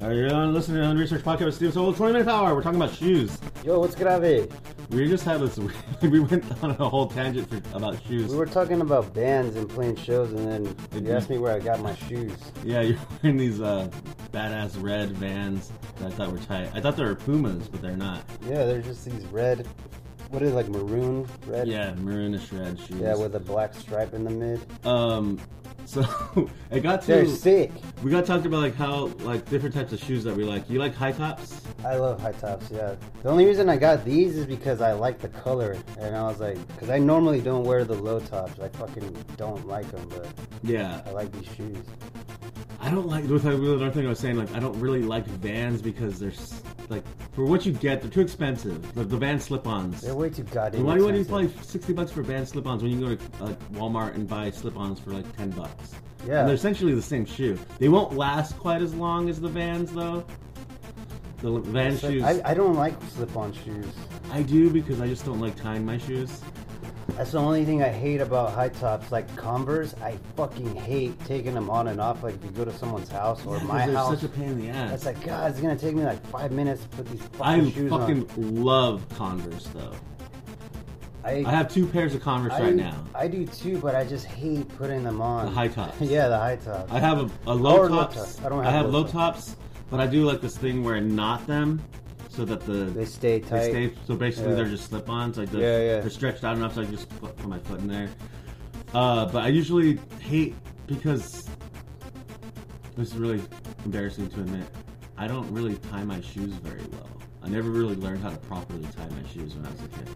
Are you on listening to the Unresearch Podcast with Steve Soul? 20 minute hour. We're talking about shoes. Yo, what's grave? We just had this. We went on a whole tangent for, about shoes. We were talking about bands and playing shows, and then Mhm. you asked me where I got my shoes. yeah, you're wearing these uh, badass red vans that I thought were tight. I thought they were Pumas, but they're not. Yeah, they're just these red, what is it, like maroon red? Yeah, maroonish red shoes. Yeah, with a black stripe in the mid. um, so it got to They're sick. we got talked about like how like different types of shoes that we like. You like high tops? I love high tops, yeah. The only reason I got these is because I like the color, and I was like, because I normally don't wear the low tops. I fucking don't like them, but Yeah, I like these shoes. I don't like. With like, with another thing I was saying, like I don't really like Vans because they're s- like for what you get, they're too expensive. The, the Van slip-ons. They're way too goddamn Why do you want to expensive. pay sixty bucks for Vans slip-ons when you can go to uh, Walmart and buy slip-ons for like ten bucks? Yeah. and they're essentially the same shoe. They won't last quite as long as the Vans though. The l- Van It's like- shoes, I, I, I don't like slip-on shoes. do because I just don't like tying my shoes. That's the only thing I hate about high tops. Like Converse, I fucking hate taking them on and off. Like if you go to someone's house or 'Cause my they're house, such a pain in the ass. it's like God, it's gonna take me like five minutes to put these fucking I shoes fucking on. love Converse though. I have two pairs of Converse I- right now. I do too, but I just hate putting them on. The high tops. yeah, the high tops. I have a, a low Or low tops. tops. I don't have low low tops, but I do like this thing where I knot them so that the they stay they tight. stay- So basically, Yeah. they're just slip-ons. Like they're, Yeah, yeah. they're stretched out enough so I can just put, put my foot in there. Uh, but I usually hate because this is really embarrassing to admit. I don't really tie my shoes very well. I never really learned how to properly tie my shoes when I was a kid.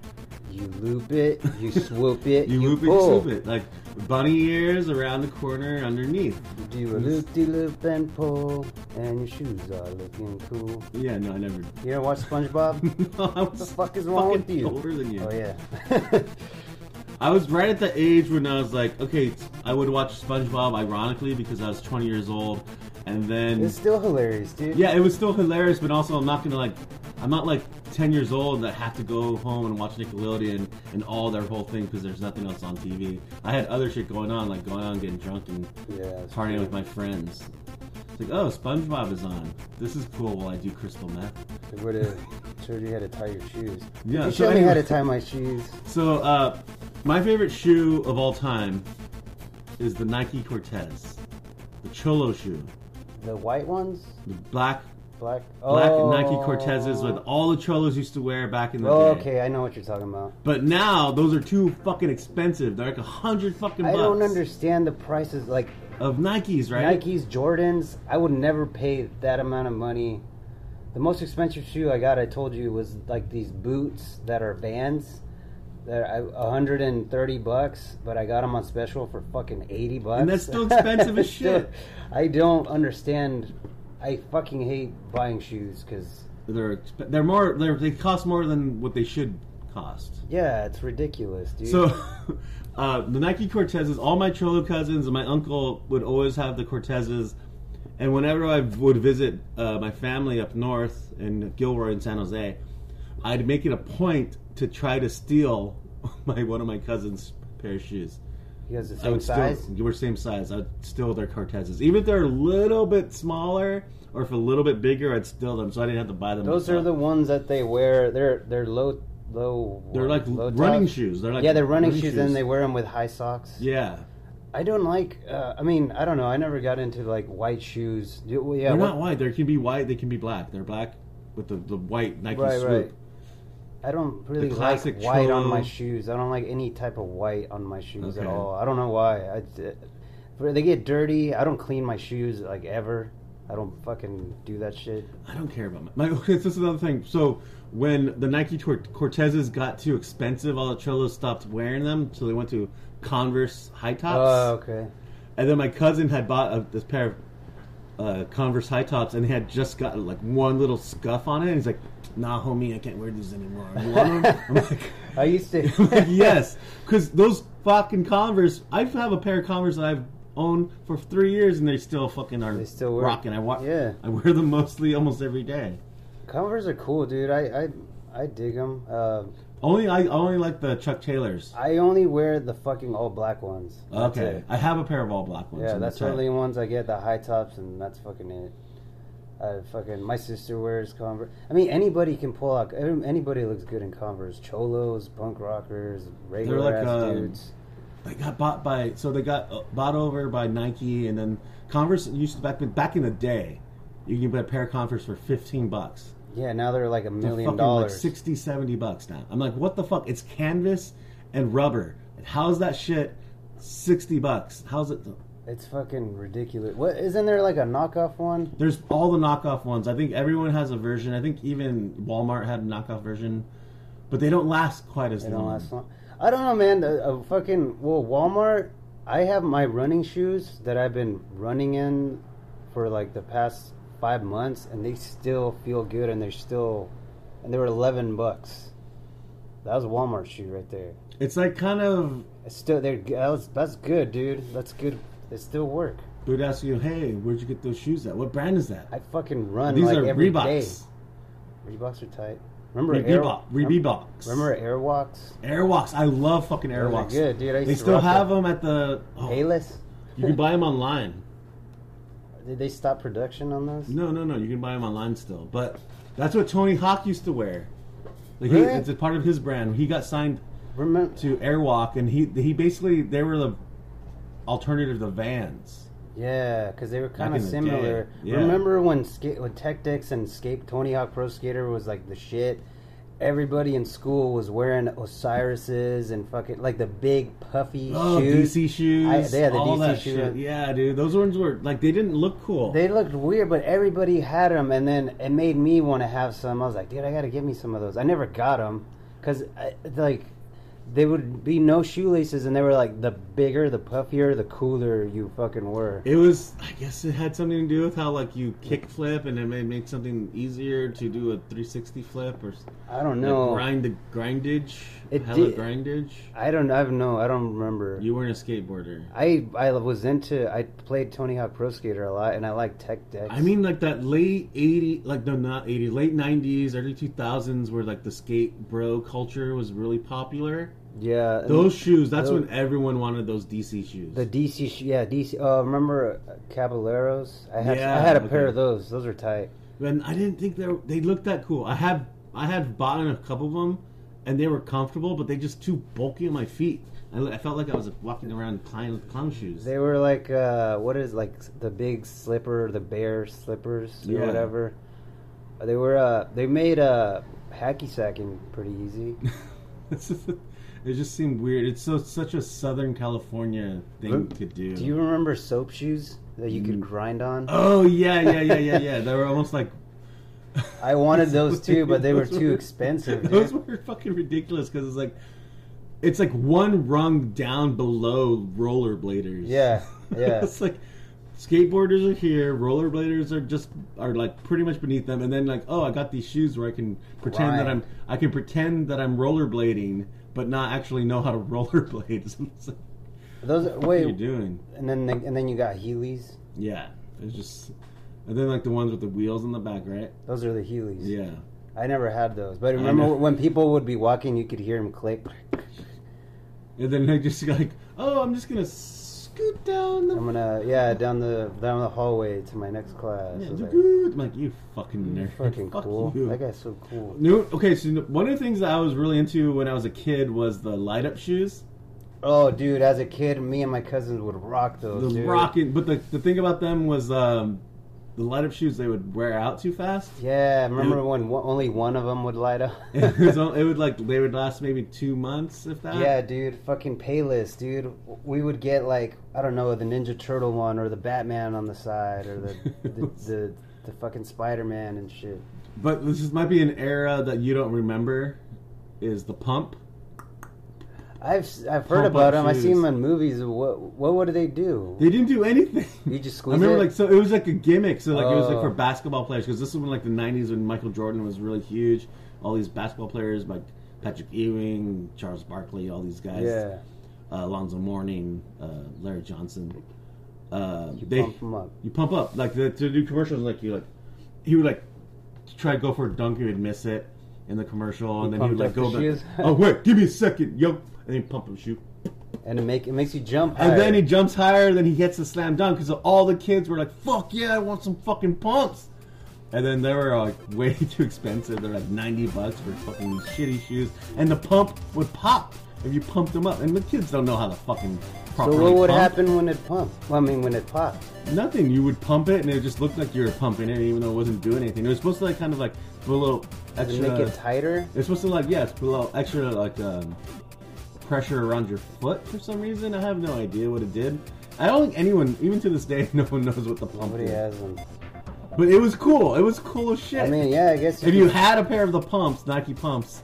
You loop it, you swoop it, You, loop it, pull. swoop it, like bunny ears around the corner, underneath. You do a loop de loop and pull, and your shoes are looking cool. Yeah, no, I never. You ever watch SpongeBob? what What the fuck is wrong with you? Older than you. Oh yeah. I was right at the age when I was like, okay, t- I would watch SpongeBob ironically because I was 20 years old, and then it's still hilarious, dude. yeah, it was still hilarious, but also I'm not gonna like, I'm not like 10 years old that have to go home and watch Nickelodeon and all their whole thing because there's nothing else on TV. I had other shit going on, like going out and getting drunk and Yeah. it's partying cool. with my friends. It's like, oh, SpongeBob is on. This is cool. While I do crystal meth. They would have showed you how to tie your shoes. Yeah, You so showed me how anyway- to tie my shoes. So, uh, my favorite shoe of all time is the Nike Cortez, the Cholo shoe, The white ones, the black black. black oh. Nike Cortezes with all the Cholos used to wear back in the Oh, day. okay, I know what you're talking about. But now those are too fucking expensive. They're like a hundred fucking I bucks don't understand the prices like of Nikes, right? Nikes, Jordans. I would never pay that amount of money. The most expensive shoe I got, I told you, was like these boots that are Vans. They're I- 130 bucks, but I got them on special for fucking 80 bucks. And that's still expensive as Still, shit. I don't understand. I fucking hate buying shoes because They're exp- they're more they're, they cost more than what they should cost. yeah, it's ridiculous, dude. So, uh, the Nike Cortezes, all my Cholo cousins and my uncle would always have the Cortezes. And whenever I would visit uh, my family up north in Gilroy and San Jose, I'd make it a point to try to steal my one of my cousins' pair of shoes. he has the I same would size. Still, you were same size. I'd steal their Cortezes, even if they're a little bit smaller or if a little bit bigger. I'd steal them, so I didn't have to buy them. Those are myself. the ones that they wear. They're they're low low. They're like low running tops. shoes. They're like yeah, they're running, shoes, and they wear them with high socks. yeah. I don't like. Uh, I mean, I don't know. I never got into like white shoes. You- well, Yeah, They're what- not white. They can be white. They can be black. They're black with the, the white Nike right, right. swoop. I don't really The like classic white on cholo. my shoes. I don't like any type of white on my shoes at Okay. all. I don't know why. I, it- for- they get dirty. I don't clean my shoes like ever. I don't fucking do that shit. I don't care about my. my okay, this is another thing. So when the Nike Tor- Cortezes got too expensive, all the Cholos stopped wearing them, so they went to Converse high tops. Oh, okay. And then my cousin had bought a, this pair of uh, Converse high tops, and they had just gotten like one little scuff on it. And he's like, "Nah, homie, I can't wear these anymore. You want them?" I'm like, I used to. I'm like, yes, because those fucking Converse. I have a pair of Converse that I've owned for three years, and they still fucking are. They still work. rocking. I wa- Yeah. I wear them mostly almost every day. Converse are cool, dude. I I, I dig them. Uh, Only I only like the Chuck Taylors. I only wear the fucking all black ones. That's Okay, it. I have a pair of all black ones. Yeah, and that's the it. only ones I get the high tops, and that's fucking it. I fucking my sister wears Converse. I mean, anybody can pull out. Anybody looks good in Converse. Cholos, punk rockers, regular like, ass um, dudes. They got bought by so they got uh, bought over by Nike and then Converse used to back back in the day, you can get a pair of Converse for fifteen bucks. Yeah, now they're like a They're million fucking dollars. like 60, 70 bucks now. I'm like, what the fuck? It's canvas and rubber. How's that shit sixty bucks? How's it? It's fucking ridiculous. What isn't there like a knockoff one? There's all the knockoff ones. I think everyone has a version. I think even Walmart had a knockoff version, but they don't last quite as They don't long. last long. I don't know, man. A, a fucking well, Walmart. I have my running shoes that I've been running in for like the past five months, and they still feel good, and they're still, and they were eleven bucks. That was a Walmart shoe right there. It's like kind of It's still there. That was, that's good, dude. That's good. It still work. they would ask you, hey, where'd you get those shoes at? What brand is that? I fucking run These like are every day. Reeboks. Reeboks are tight. Remember Air, Reebok. Reeboks. Remember Airwalks? Airwalks. I love fucking Those are Airwalks. good, dude. I used They to still rock have them at the. Oh, Payless? you can buy them online. Did they stop production on those? No, no, no. You can buy them online still. But that's what Tony Hawk used to wear. Like he, Really? It's a part of his brand. He got signed Remember? to Airwalk, and he he basically they were the alternative to Vans. Yeah, because they were kind in of the similar. day, yeah. Remember when skate when Tech Dex and Scape Tony Hawk Pro Skater was like the shit. Everybody in school was wearing Osiris's and fucking like the big puffy Oh, shoes. DC shoes. I- they had the all DC that shoe. shit. Yeah, dude. Those ones were like they didn't look cool. They looked weird, but everybody had them, and then it made me want to have some. I was like, dude, I gotta get me some of those. I never got them because like there would be no shoelaces, and they were like the bigger, the puffier, the cooler you fucking were. It was, I guess, it had something to do with how like you kick flip, and it may make something easier to do a 360 flip or s- I don't know. like, grind the grindage. It hella did- grindage. I don't. I don't know. I don't remember. You weren't a skateboarder. I I was into. I played Tony Hawk Pro Skater a lot, and I liked Tech Decks. I mean, like that late 80, like no, not 80, late 90s, early 2000s, where like the skate bro culture was really popular. yeah, and Those shoes, that's those- when everyone wanted those DC shoes. the DC. sh- Yeah, DC. Oh, remember uh, Caballeros? I had Yeah, I had a pair okay. of those. Those were tight. And I didn't think they were, they looked that cool. I had I had bought a couple of them, and they were comfortable, but they just too bulky on my feet. I, I felt like I was walking around in clown, clown shoes. They were like uh what is like the big slipper, the bear slippers or Yeah. whatever. They were uh they made uh hacky sacking pretty easy. it just seemed weird. It's so such a Southern California thing Huh? to do. Do you remember soap shoes that you could Mm. grind on? oh yeah, yeah, yeah, yeah, yeah. they were almost like. I wanted those too, but they were Those too expensive, dude. Those were fucking ridiculous because it's like, it's like one rung down below rollerbladers. Yeah, yeah. it's like skateboarders are here, rollerbladers are just are like pretty much beneath them, and then like, oh, I got these shoes where I can pretend that I'm Grind. I can pretend that I'm rollerblading, but not actually know how to rollerblade. So it's like, Those what are you wait, doing? and then they, and then you got Heelys. Yeah, it's just, and then like the ones with the wheels in the back, right? Those are the Heelys. Yeah. I never had those, but I remember know. when people would be walking, you could hear them click. And then they just like, oh, I'm just gonna scoot down the I'm gonna yeah down the down the hallway to my next class. Yeah, I was you're like, good. I'm like, you fucking nerd. Fucking Fuck cool. you. That guy's so cool. No, okay, so one of the things that I was really into when I was a kid was the light up shoes. Oh, dude, as a kid, me and my cousins would rock The those. dude. rocking, but the, the thing about them was um, the light up shoes, they would wear out too fast. Yeah, remember Dude. when one, only one of them would light up? it, was, on- it would like, they would last maybe two months, if that. yeah, dude, fucking Payless, dude. We would get like I don't know the Ninja Turtle one or the Batman on the side or the the, the, the fucking Spider Man and shit. But this is, might be an era that you don't remember is the pump. I've I've heard Pump-up about them. I see shoes. them in movies. What what would they do? They didn't do anything. You just I squeeze remember it? like so it was like a gimmick. So like it was like Oh. for basketball players because this is when like the '90s when Michael Jordan was really huge. All these basketball players like Patrick Ewing, Charles Barkley, all these guys. yeah, Uh, Alonzo Mourning, uh, Larry Johnson. Uh, you they pump them up. you pump up like the, to do commercials. Like you like he would like try to go for a dunk, he would miss it in the commercial, and He then he would like pumped go up the back. shoes. Oh wait, give me a second, yo, and he pump him shoot. and it make it makes you jump. And higher. then he jumps higher, then he gets a slam dunk because all the kids were like, "Fuck yeah, I want some fucking pumps." And then they were like way too expensive. They're like 90 bucks for fucking shitty shoes. And the pump would pop if you pumped them up. And the kids don't know how to fucking So properly what would pump. happen when it pumped? Well, I mean, when it popped. Nothing. You would pump it and it just looked like you were pumping it even though it wasn't doing anything. It was supposed to like kind of like put a little Does it extra. make it tighter? It's supposed to like yeah, it's put a little extra like um, pressure around your foot for some reason. I have no idea what it did. I don't think anyone, even to this day, no one knows what the pump Nobody is. has them. But it was cool. It was cool as shit. I mean, yeah, I guess if you could- had a pair of the pumps, Nike pumps,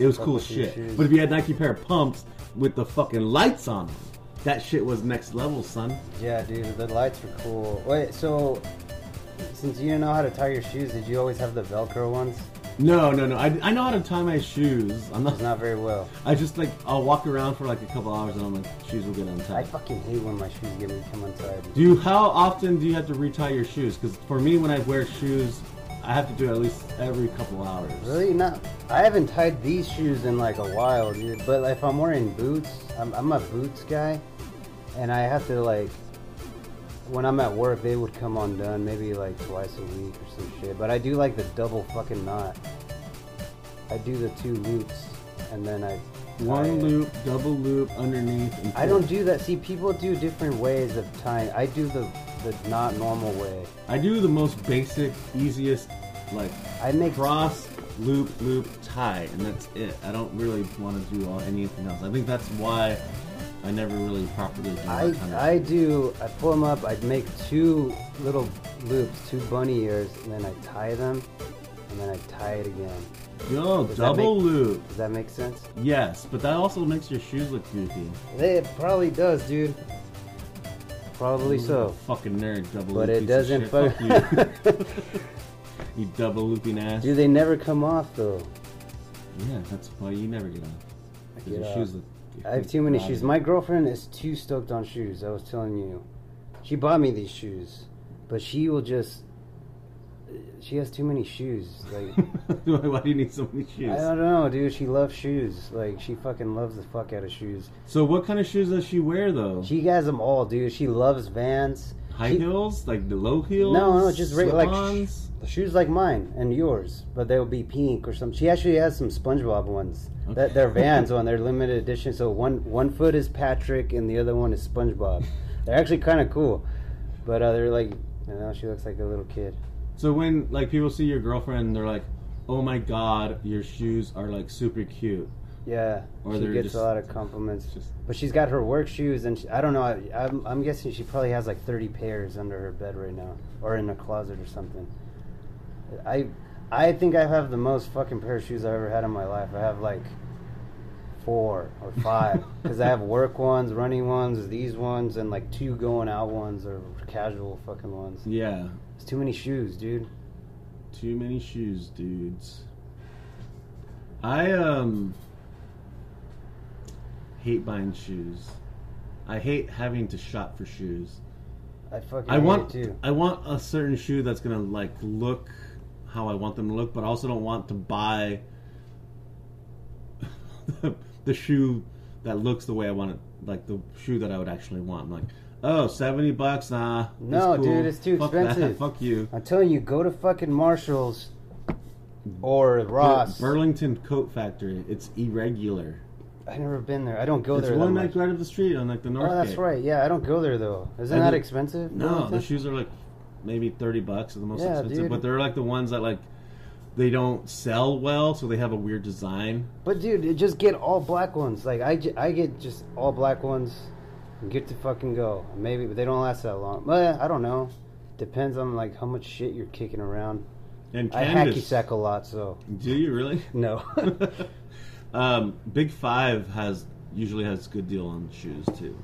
it was cool as with your shit. shoes. But if you had Nike pair of pumps with the fucking lights on them, that shit was next level, son. Yeah, dude, the lights were cool. Wait, so since you didn't know how to tie your shoes, did you always have the Velcro ones? No, no, no. I, I know how to tie my shoes. I'm not. It's not very well. I just like I'll walk around for like a couple hours and I'm like shoes will get I untied. fucking hate when my shoes get me come untied. Do you how often do you have to retie your shoes? Because for me, when I wear shoes, I have to do it at least every couple hours. Really not. I haven't tied these shoes in like a while, dude. But like, if I'm wearing boots, I'm, I'm a boots guy, and I have to like. When I'm at work, they would come undone maybe like twice a week or some shit. But I do like the double fucking knot. I do the two loops, and then I. tie One it. loop, double loop, underneath. And I don't do that. See, people do different ways of tying. I do the the not normal way. I do the most basic, easiest, like I make cross, loop, loop, tie, and that's it. I don't really want to do all, anything else. I think that's why I never really properly do I, that kind of. I do. I pull them up. I make two little loops, two bunny ears, and then I tie them, and then I tie it again. Yo, Does that double make- loop. Does that make sense? Yes, but that also makes your shoes look goofy. It probably does, dude. Probably so. Fucking nerd, double. loop But it piece doesn't Of shit. fuck Fuck you. you double looping ass. Do they never come off though? Yeah, that's why you never get off. 'Cause get your off. shoes look. I have too many rotted. shoes. My girlfriend is too stoked on shoes. I was telling you, she bought me these shoes, but she will just. She has too many shoes. Like why do you need so many shoes? I don't know, dude. She loves shoes. Like she fucking loves the fuck out of shoes. So what kind of shoes does she wear though? She has them all, dude. She loves Vans. High she- heels, like the low heels. No, no, just re- like sh- slip-ons? shoes like mine and yours, but they'll be pink or something. She actually has some SpongeBob ones. That they're Vans one. They're limited edition. So one one foot is Patrick and the other one is SpongeBob. They're actually kind of cool, but uh, they're like, you know, she looks like a little kid. So when like people see your girlfriend, they're like, "Oh my god, your shoes are like super cute." Yeah, Or she they're gets just- a lot of compliments. just- but she's got her work shoes, and she, I don't know. I, I'm, I'm guessing she probably has like 30 pairs under her bed right now, or in a closet or something. I, I think I have the most fucking pair of shoes I've ever had in my life. I have like four or five because I have work ones, running ones, these ones, and like two going out ones or casual fucking ones. Yeah, It's too many shoes, dude. too many shoes, dudes. I um hate buying shoes. I hate having to shop for shoes. I fucking I hate want it too. I want a certain shoe that's gonna like look how I want them to look, but I also don't want to buy the, shoe that looks the way I want it, like the shoe that I would actually want. I'm like, oh, 70 bucks, nah. it's No, dude, it's too Fuck that, expensive. Fuck you. I'm telling you, go to fucking Marshalls or Ross. Burlington Coat Factory. It's irregular. I've never been there. I don't go it's there. one that like much. right up the street on like the north. Oh, that's gate. right. Yeah, I don't go there though. Isn't I that do- expensive? No, the Burlington? shoes are like maybe thirty bucks are the most Yeah, expensive, dude. but they're like the ones that like they don't sell well, so they have a weird design. But dude, it- just get all black ones. Like I, ju- I get just all black ones. And get to fucking go. Maybe, but they don't last that long. Well, I don't know. Depends on like how much shit you're kicking around. And I hacky Candace, sack a lot, so do you really? no. um, Big Five has usually has good deal on shoes too.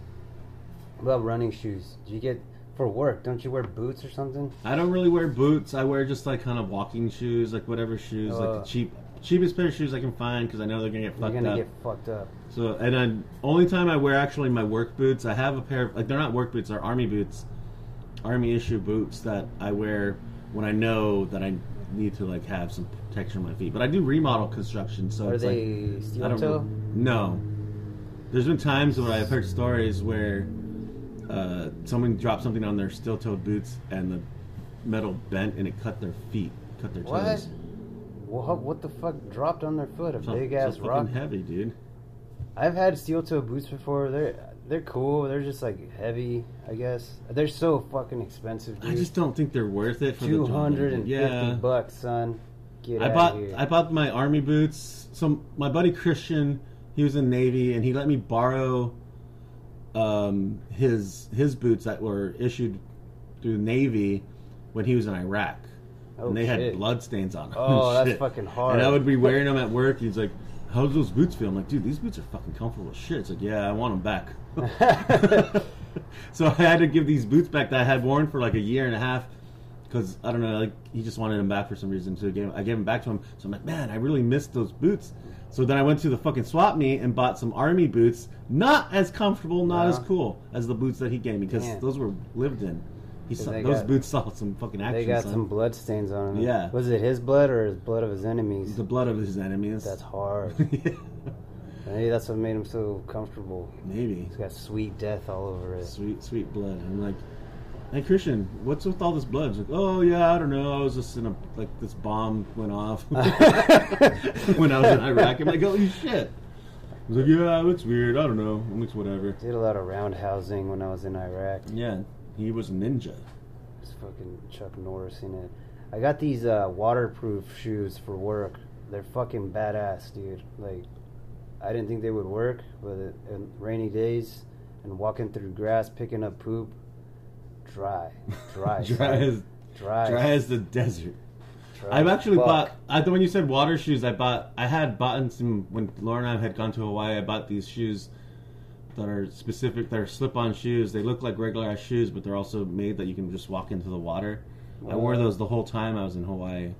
well, running shoes. Do you get for work? Don't you wear boots or something? I don't really wear boots. I wear just like kind of walking shoes, like whatever shoes, like Uh, the cheap cheapest pair of shoes I can find because I know they're gonna get fucked you're gonna up. get fucked up. So, and I only time I wear actually my work boots. I have a pair of like they're not work boots, they're army boots, army issue boots that I wear when I know that I need to like have some protection on my feet. But I do remodel construction, so Are it's like, they I steel don't toe? no. There's been times where I've heard stories where uh, someone dropped something on their steel-toed boots and the metal bent and it cut their feet, cut their What? toes. What, what the fuck dropped on their foot? A So- big so ass fucking rock. heavy, dude. I've had steel toe boots before. They're they're cool. They're just like heavy, I guess. They're so fucking expensive, dude. I just don't think they're worth it for two the job. hundred and fifty Yeah. bucks, son. Get I out bought of here. I bought my army boots. So my buddy Christian, he was in Navy, and he let me borrow um, his his boots that were issued through Navy when he was in Iraq, Oh, and they shit. had blood stains on them. Oh, and that's shit. fucking hard. And I would be wearing them at work. He's like, "How's those boots feel?" I'm like, "Dude, these boots are fucking comfortable as shit." It's like, "Yeah, I want them back." so I had to give these boots back that I had worn for like a year and a half because I don't know, like he just wanted them back for some reason. So I gave, I gave them back to him. So I'm like, man, I really missed those boots. So then I went to the fucking swap meet and bought some army boots, not as comfortable, not Yeah. as cool as the boots that he gave me because Uh-huh. Damn. those were lived in. He saw, they those got- boots saw some fucking action. They got son. some blood stains on them. Yeah. Was it his blood or his blood of his enemies? the blood of his enemies. That's hard. Maybe that's what made him so comfortable. Maybe He's got sweet death all over it. sweet, sweet blood. And I'm like, hey Christian, what's with all this blood? He's like, oh yeah, I don't know. I was just in a like this bomb went off when I was in Iraq. I'm like, holy shit. He's like, yeah, it looks weird. I don't know. It looks whatever. Did a lot of roundhousing when I was in Iraq. Yeah, he was a ninja. It's fucking Chuck Norris in it. I got these uh, waterproof shoes for work. They're fucking badass, dude. Like, I didn't think they would work, but it, in rainy days and walking through grass, picking up poop, dry, dry dry, son. as dry, dry as the desert. dry I've as actually fuck. bought. I thought when you said water shoes, I bought. I had bought some when Laura and I had gone to Hawaii. I bought these shoes that are specific. They're slip-on shoes. They look like regular ass shoes, but they're also made that you can just walk into the water. I wore those the whole time I was in Hawaii.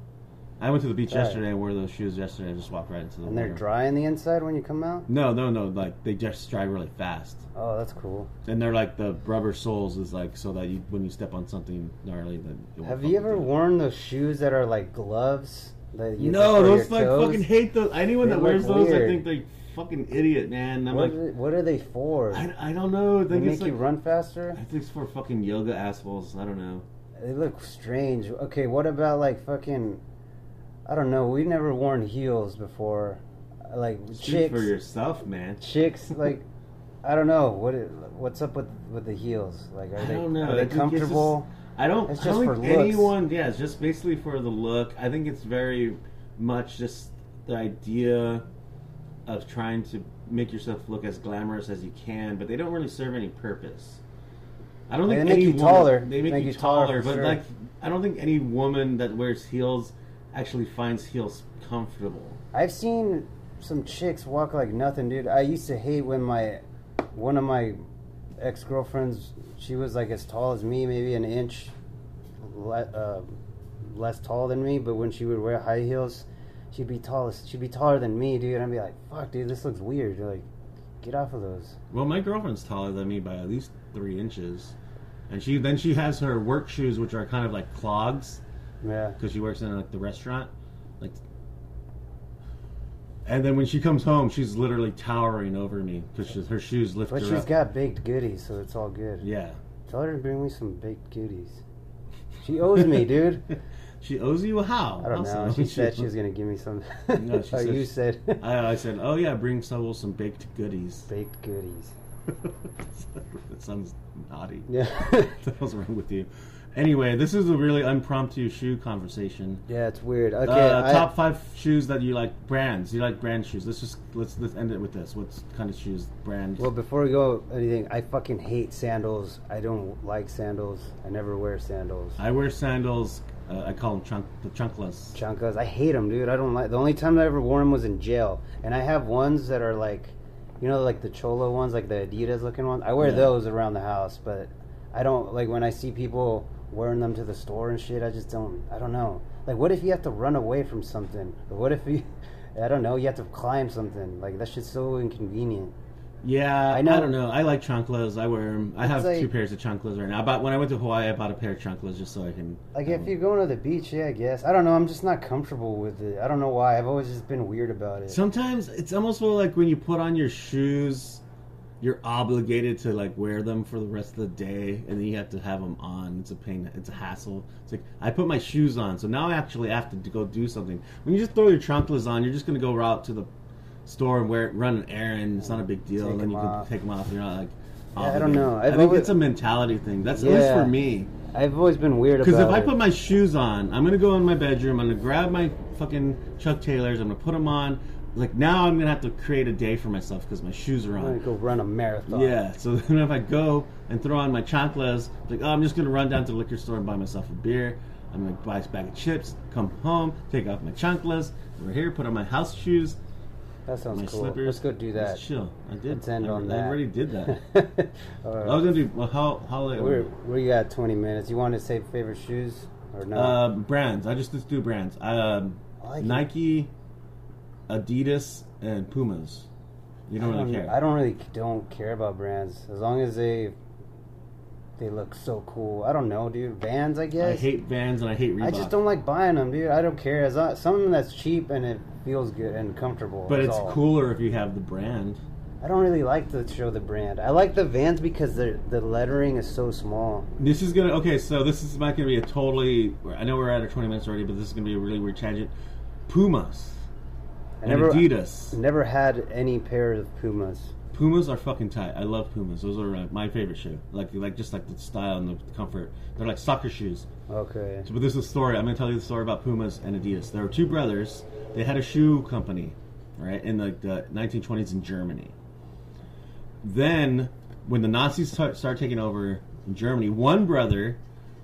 I went to the beach Right. yesterday. I wore those shoes yesterday. I just walked right into the And water. they're dry on the inside when you come out. No, no, no. Like they just dry really fast, Oh, that's cool. and they're like the rubber soles is like so that you when you step on something gnarly, then it won't Have fuck you with ever worn those shoes that are like gloves? That you No, for your those like toes? fucking hate those. Anyone They that look wears those, I weird. think they fucking idiot, man. And I'm What, like, are, what are they for? I, I don't know. I they think make it's you like, run faster. I think it's for fucking yoga assholes. I don't know. They look strange. Okay, what about like fucking? I don't know. We never worn heels before. Like Speak chicks, for yourself, man. chicks like. I don't know what it, what's up with with the heels. Like, are I they don't know. are I they think it's comfortable? I don't. It's I don't just for think looks. anyone. Yeah, it's just basically for the look. I think it's very much just the idea of trying to make yourself look as glamorous as you can, but they don't really serve any purpose. I don't They think make any you woman- taller. They make, you taller, for but sure. like I don't think any woman that wears heels actually finds heels comfortable. I've seen some chicks walk like nothing, dude. I used to hate when my one of my ex girlfriends, she was like as tall as me, maybe an inch le- uh, less tall than me. But when she would wear high heels, she'd be tallest. She'd be taller than me, dude. And I'd be like, "Fuck, dude, this looks weird." like, get off of those. Well, my girlfriend's taller than me by at least three inches, and she then she has her work shoes, which are kind of like clogs. Yeah. because she works in like the restaurant, like. And then when she comes home, she's literally towering over me because her shoes lift But her she's up. got baked goodies, so it's all good. yeah, Tell her to bring me some baked goodies. She owes me, dude. she owes you a how? I don't How know. so? She said she was gonna give me some. No, she or said you she- said. I, I said, oh yeah, bring Sobel some baked goodies. Baked goodies. that sounds naughty. Yeah. What the hell's wrong with you? Anyway, this is a really impromptu shoe conversation. yeah, it's weird. Okay, uh, I, top five shoes that you like brands. You like brand shoes. Let's just let's let's end it with this. What kind of shoes brands? well, before we go anything, I fucking hate sandals. I don't like sandals. I never wear sandals. I wear sandals. Uh, I call them chunk the chunkless. Chunkas, I hate them, dude. I don't like. The only time I ever wore them was in jail, and I have ones that are like, you know, like the cholo ones, like the Adidas looking ones. I wear Yeah. those around the house, but I don't like when I see people wearing them to the store and shit. I just don't. I don't know. Like, what if you have to run away from something? Or what if you, I don't know, you have to climb something? Like that shit's so inconvenient. Yeah, I, I know- don't know. I like chunkless. I wear them. I have like- two pairs of chunkless right now. I bought when I went to Hawaii. I bought a pair of chunkless just so I can. Like have if 'em. you're going to the beach, yeah, I guess. I don't know. I'm just not comfortable with it. I don't know why. I've always just been weird about it. Sometimes it's almost more like when you put on your shoes, you're obligated to like wear them for the rest of the day, and then you have to have them on. It's a pain. It's a hassle. It's like I put my shoes on, so now I actually have to go do something. When you just throw your trunkless on, you're just gonna go out to the store and wear run an errand. It's not a big deal, Take and then them you off. can take them off. You're not like. Yeah, I don't obligated. know. I I've think always- it's a mentality thing. That's at least Yeah. for me. I've always been weird about Because if I it. put my shoes on, I'm gonna go in my bedroom. I'm gonna grab my fucking Chuck Taylors. I'm gonna put them on. Like now, I'm gonna have to create a day for myself because my shoes are I'm gonna on. go run a marathon. Yeah. So then if I go and throw on my chanclas, like oh, I'm just gonna run down to the liquor store and buy myself a beer. I'm gonna buy a bag of chips. Come home, take off my chanclas. Over here, put on my house shoes, that sounds my cool. slippers. Let's go do that. Let's chill. I did. Let's end I, on I that. already did that. All I right. was gonna do well, how how late? We're we got 20 minutes. You want to say favorite shoes or no? Uh, brands. I just just do brands. Um, I like it. Nike, Adidas, and Pumas. You don't, I really care. I don't really don't care about brands as long as they they look so cool. I don't know, dude. Vans, I I guess. hate Vans and I hate Reebok. I just don't like buying them, dude. I don't care. As long, something that's cheap and it feels good and comfortable. But is it's all. cooler if you have the brand. I don't really like to show the brand. I like the Vans because the the lettering is so small. This is gonna okay. So this is not gonna be a totally. I know we're at our twenty minutes already, but this is gonna be a really weird tangent. Pumas I and never Adidas. never had any pair of Pumas. Pumas are fucking tight. I love Pumas. Those are uh, my favorite shoe. Like like just like the style and the comfort. They're like soccer shoes. Okay. So, but this is a story. I'm going to tell you the story about Pumas and Adidas. There were two brothers. They had a shoe company, right, in like the 1920s in Germany. Then, when the Nazis start, started taking over in Germany, one brother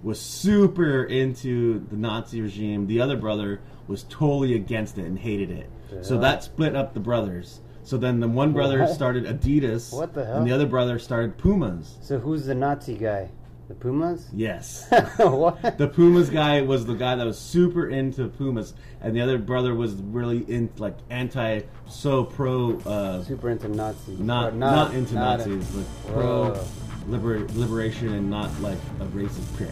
was super into the Nazi regime. The other brother was totally against it and hated it. So Yeah. that split up the brothers. So then the one brother What? started Adidas, What the hell? and the other brother started Pumas. So who's the Nazi guy? The Pumas? Yes. what? The Pumas guy was the guy that was super into Pumas, and the other brother was really in like anti, so pro, uh, Super into Nazis. not, not Or into not- Nazis, but Whoa. pro liber- liberation and not like a racist prick.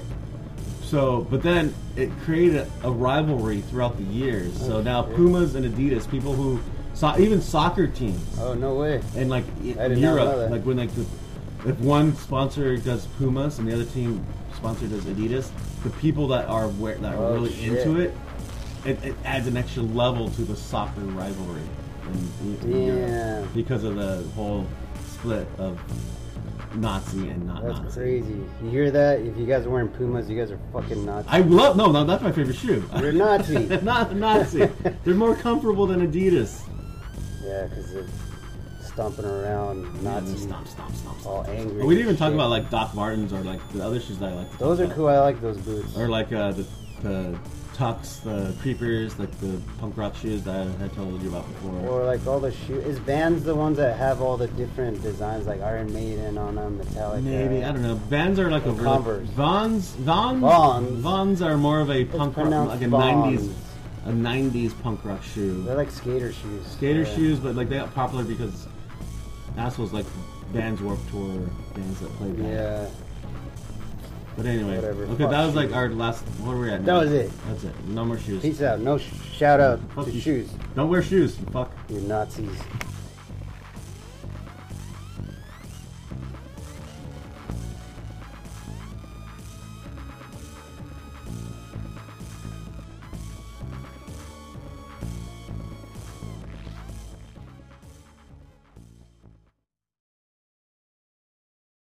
So, but then it created a rivalry throughout the years. So now Oh, shit. Pumas and Adidas, people who saw even soccer teams Oh no way. and like in I did not know Europe, that. like when like the, if one sponsor does Pumas and the other team sponsor does Adidas, the people that are where, that are Oh, really shit. into it, it, it adds an extra level to the soccer rivalry in, in Europe Damn. because of the whole split of Nazi and not That's Nazi. crazy. You hear that? If you guys are wearing Pumas, you guys are fucking Nazis. I love no, no, that's my favorite shoe. You're Nazi. not Nazi. They're more comfortable than Adidas. Yeah, because they're stomping around Nazis. Stomp, stomp, stomp, stomp. All angry. We didn't even talk Shit. about like Doc Martens or like the other shoes that I like. to Those talk are about. cool. I like those boots. or like uh, the the Tucks, the Creepers, like the punk rock shoes that I had told you about before. Or like all the shoe. Is Vans the ones that have all the different designs, like Iron Maiden on them, Metallica? Maybe I don't know. Vans are like a real- uh, Converse. Vons, Vons, Vons. Vons are more of a punk rock, pronounced like a Vons. '90s, a '90s punk rock shoe. They're like skater shoes. Skater Yeah. shoes, but like they got popular because assholes like bands Warp Tour, bands that played that. Yeah. But anyway, Whatever. okay, Fuck that was like shoes. our last. What were we at? That now? was it. That's it. No more shoes. Peace out. No sh- shout out Fuck to you. shoes. Don't wear shoes. Fuck. You Nazis.